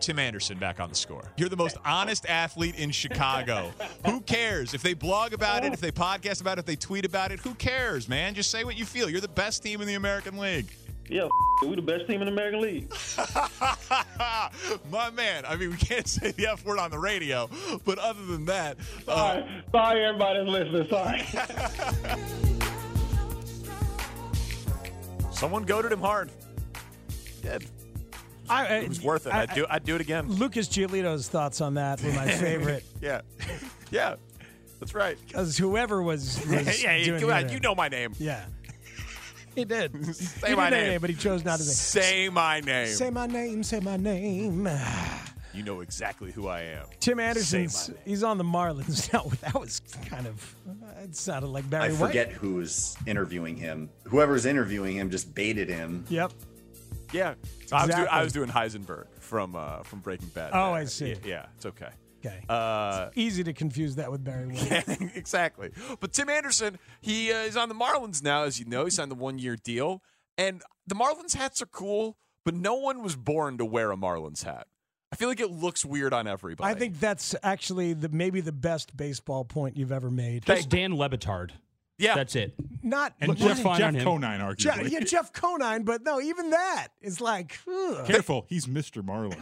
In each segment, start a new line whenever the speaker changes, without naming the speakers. Tim Anderson back on the score. You're the most honest athlete in Chicago. who cares if they blog about it, if they podcast about it, if they tweet about it? Who cares, man? Just say what you feel. You're the best team in the American League.
Yeah, we the best team in the American League.
My man, I mean, we can't say the F word on the radio, but other than that, uh,
Sorry, sorry everybody that's listening. Sorry.
Someone goaded him hard. Did.
I, I-
It was worth it.
I-
I'd do, I'd do it again.
Lucas Giolito's thoughts on that were my favorite.
Yeah. Yeah. That's right.
Because whoever was, was
yeah, you,
doing
come
the
on,
other-
you know my name.
Yeah. He did.
Say
he
my
did know
name.
but he chose not to say.
Say my name.
Say my name, say my name.
you know exactly who I am.
Tim Anderson's
Say my name.
he's on the Marlins now. That was kind of it sounded like Barry
I
White.
forget who's interviewing him. Whoever's interviewing him just baited him.
Yep.
Yeah. I, was do,
Exactly.
I was doing Heisenberg from uh, from Breaking Bad.
Oh,
there.
I see.
Yeah, yeah, it's okay.
Okay.
Uh,
Easy to confuse that with Barry White.
exactly. But Tim Anderson, he uh, is on the Marlins now, as you know. He signed the one year deal. And the Marlins hats are cool, but no one was born to wear a Marlins hat. I feel like it looks weird on everybody.
I think that's actually the maybe the best baseball point you've ever made.
Just Dan Lebitard.
Yeah.
That's it.
Not
And
look,
Jeff Fine
not-
Jeff
on him.
Conine, arguably.
Jeff, yeah, Jeff Conine, but no, even that is like, ugh.
Careful, he's Mr. Marlin.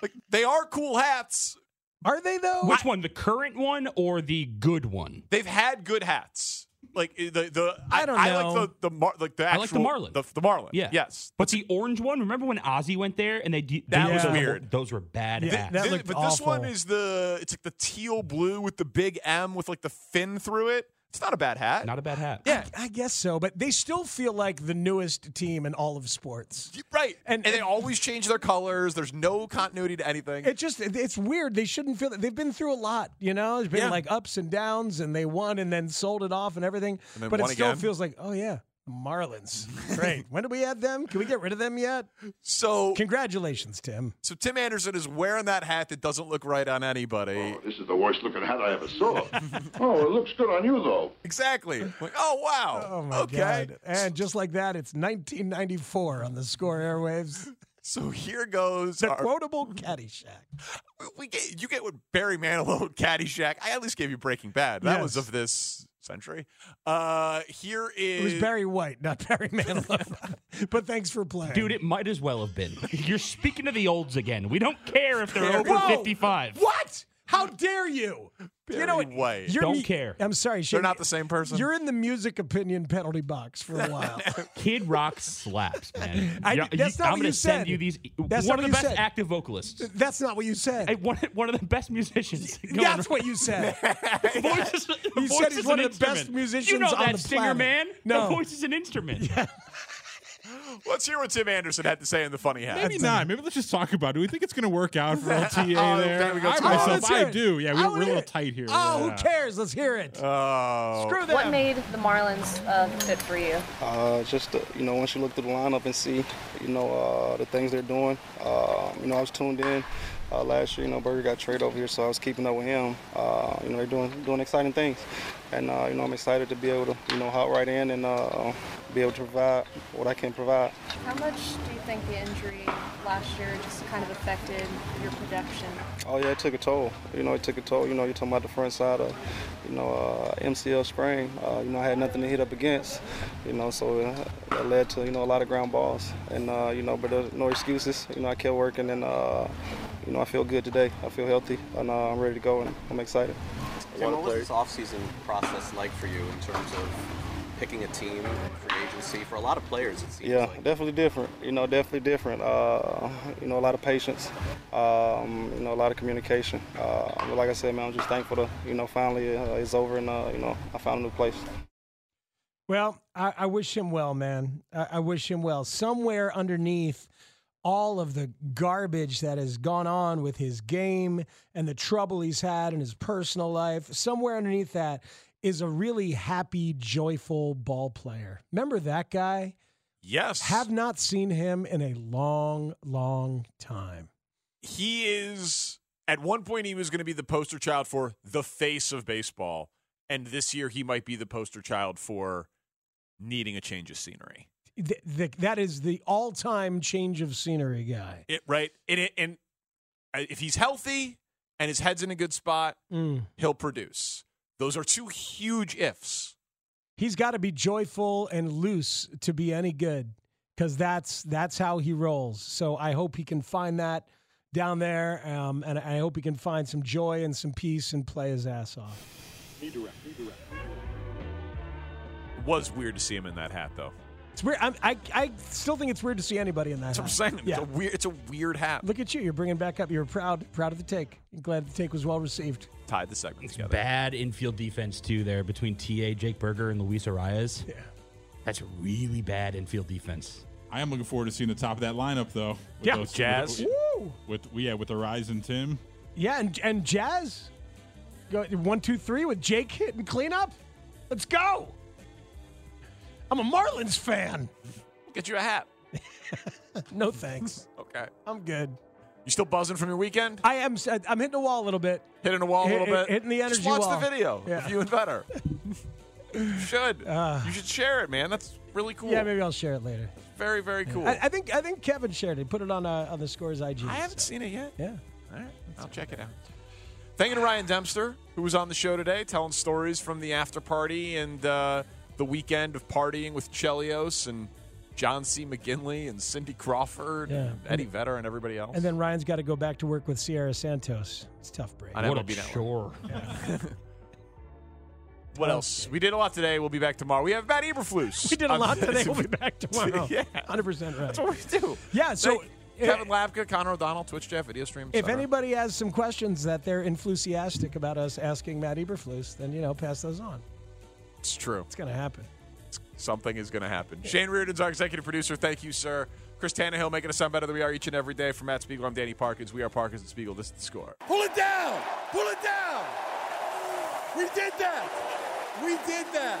like, they are cool hats.
are they though?
Which one, the current one or the good one?
They've had good hats. Like eh, the the
I don't
I,
know.
like the the mar, like the
I
actual
like the Marlin.
the, the Marlin.
Yeah.
Yes.
But the orange one, remember when Ozzy went there and they de-
That
they
was
did the-
weird.
Those were bad
Yeah,
hats.
that
Thi-
looked
but this one
awful.
is the it's like the teal blue with the big M with like the fin through it. It's not a bad hat.
Not a bad hat.
yeah.
I guess so, but they still feel like the newest team in all of sports.
You- Right.
And-
And, they always change their colors. There's no continuity to anything.
It just it's weird. They shouldn't feel that they've been through a lot, you know? There's been
Yeah.
like ups and downs and they won and then sold it off and everything.
And then
but it
won
still
again.
feels like, oh yeah, Marlins. Great. when did we add them? Can we get rid of them yet?
so
Congratulations, Tim.
so Tim Anderson is wearing that hat that doesn't look right on
Oh.
anybody.
This is the worst looking hat I ever saw. oh, it looks good on you, though.
Exactly. Like, oh wow.
Oh my
okay.
god. And just like that, it's 1994 on the Score Airwaves.
So here goes
The
our-
quotable Caddyshack.
we get you get what Barry Manilow, Caddyshack. I at least gave you Breaking Bad. That was
Yes.
of this century. Uh here is
It was Barry White, not Barry Manilow. but thanks for playing.
Dude, it might as well have been. You're speaking to the olds again. We don't care if they're over
Whoa!
55.
What? How dare you?
Barry
know what?
White.
You're
Don't
mu-
care.
I'm sorry.
They're
Shane,
not the same person.
You're in the music opinion penalty box for a while.
Kid Rock slaps, man.
I-
Yeah,
that's not
I'm
what
gonna
you
send
said.
you these.
That's
one
not
of the
what
best
you said.
active vocalists.
That's not what you said.
Hey, one, one of the best musicians. going
That's what you said.
The voice is, the
You
voice
said he's
is
one
an
of the best
instrument. You
musicians
know
on
that
the
singer,
planet.
man.
No.
The voice is an instrument.
Let's hear what Tim Anderson had to say in the funny hat.
Maybe not. Maybe let's just talk about it. Do we think it's going to work out for LTA
Oh,
there?
there we go.
I
Oh, let's
myself,
hear
I
it.
do. Yeah, we we're,
I wanna
a
hear
little
it.
tight here.
Oh,
Yeah.
who cares? Let's hear it.
Oh.
Screw them.
made the Marlins uh, fit for you?
Uh, just uh, you know, once you look through the lineup and see, you know, uh, the things they're doing. Uh, you know, I was tuned in uh, last year. You know, Berger got traded over here, so I was keeping up with him. Uh, you know, they're doing doing exciting things, and uh, you know, I'm excited to be able to you know hop right in and uh, be able to provide what I can provide.
How much do you think the injury last year just kind of affected your production?
Oh yeah, it took a toll. You know, it took a toll. You know, you're talking about the front side of, you know, uh, MCL sprain. Uh, you know, I had nothing to hit up against. You know, so uh, that led to you know a lot of ground balls. And uh, you know, but there's no excuses. You know, I kept working, and uh, you know, I feel good today. I feel healthy, and uh, I'm ready to go, and I'm excited.
Tim, what was this offseason process like for you in terms of picking a team, free agency? For a lot of players, it seems
yeah,
like
definitely different. You know, definitely different. Uh, you know, a lot of patience. Um, you know, a lot of communication. Uh, but like I said, man, I'm just thankful to you know finally uh, it's over and uh, you know I found a new place.
Well, I, I wish him well, man. I, I wish him well. Somewhere underneath all of the garbage that has gone on with his game and the trouble he's had in his personal life, somewhere underneath that is a really happy, joyful ball player. Remember that guy?
Yes.
Have not seen him in a long, long time.
He is, at one point, he was going to be the poster child for the face of baseball. And this year, he might be the poster child for needing a change of scenery.
Th- th- that is the all-time change of scenery guy.
It, right? It, it, and uh, if he's healthy and his head's in a good spot,
Mm.
he'll produce. Those are two huge ifs.
He's got to be joyful and loose to be any good because that's that's how he rolls. So I hope he can find that down there, um, and I hope he can find some joy and some peace and play his ass off.
It was weird to see him in that hat, though.
It's weird. I'm, I I still think it's weird to see anybody in that.
That's what I'm
hat.
saying.
Yeah.
It's, a weird, it's a weird hat.
Look at you. You're bringing back up. You're proud proud of the take. glad the take was well received.
Tied the segment together.
Bad infield defense too there between TA Jake Berger and Luis Arias. Yeah, that's a really bad infield defense.
I am looking forward to seeing the top of that lineup, though. With
Oh,
Yeah, Jazz.
With, with- yeah, with the rise and Tim.
Yeah, and and Jazz, go one two three with Jake hitting cleanup. Let's go. I'm a Marlins fan.
Get you a hat.
No thanks.
Okay.
I'm good.
You still buzzing from your weekend?
I am. s- I'm hitting a wall a little bit.
Hitting a wall a
Hit-
little bit.
Hitting the energy
Just watch
wall.
the video
Yeah.
of you and Vetter. you should. you should share it, man. That's really cool.
Uh. Yeah, maybe I'll share it later.
Very, very cool.
I, I think I think Kevin shared it. Put it on uh, on the scores IG.
I haven't seen it yet.
Yeah.
All right. I'll check it out. Thank you to Ryan Dempster, who was on the show today, telling stories from the after party and uh, the weekend of partying with Chelios and John C. McGinley and Cindy Crawford
Yeah.
and Eddie Vedder and everybody else.
And then Ryan's got to go back to work with Sierra Santos. It's a tough break.
on MLB Network. what else? We did a lot today. We'll be back tomorrow. We have Matt Eberflus.
We did a
on
lot
this.
today. We'll be back tomorrow.
yeah.
100% right.
That's what we do.
Yeah, so- uh,
Thank Kevin Lapka, Connor O'Donnell, Twitch Jeff, video stream. et
If
cetera.
anybody has some questions that they're enthusiastic about us asking Matt Eberflus, then you know, pass those on.
It's true. It's
going to happen.
Something is going to happen. Shane Reardon's our executive producer. Thank you, sir. Chris Tannehill making us sound better than we are each and every day. From Matt Spiegel, I'm Danny Parkins. We are Parkins and Spiegel. This is the score.
Pull it down! Pull it down! We did that! We did that!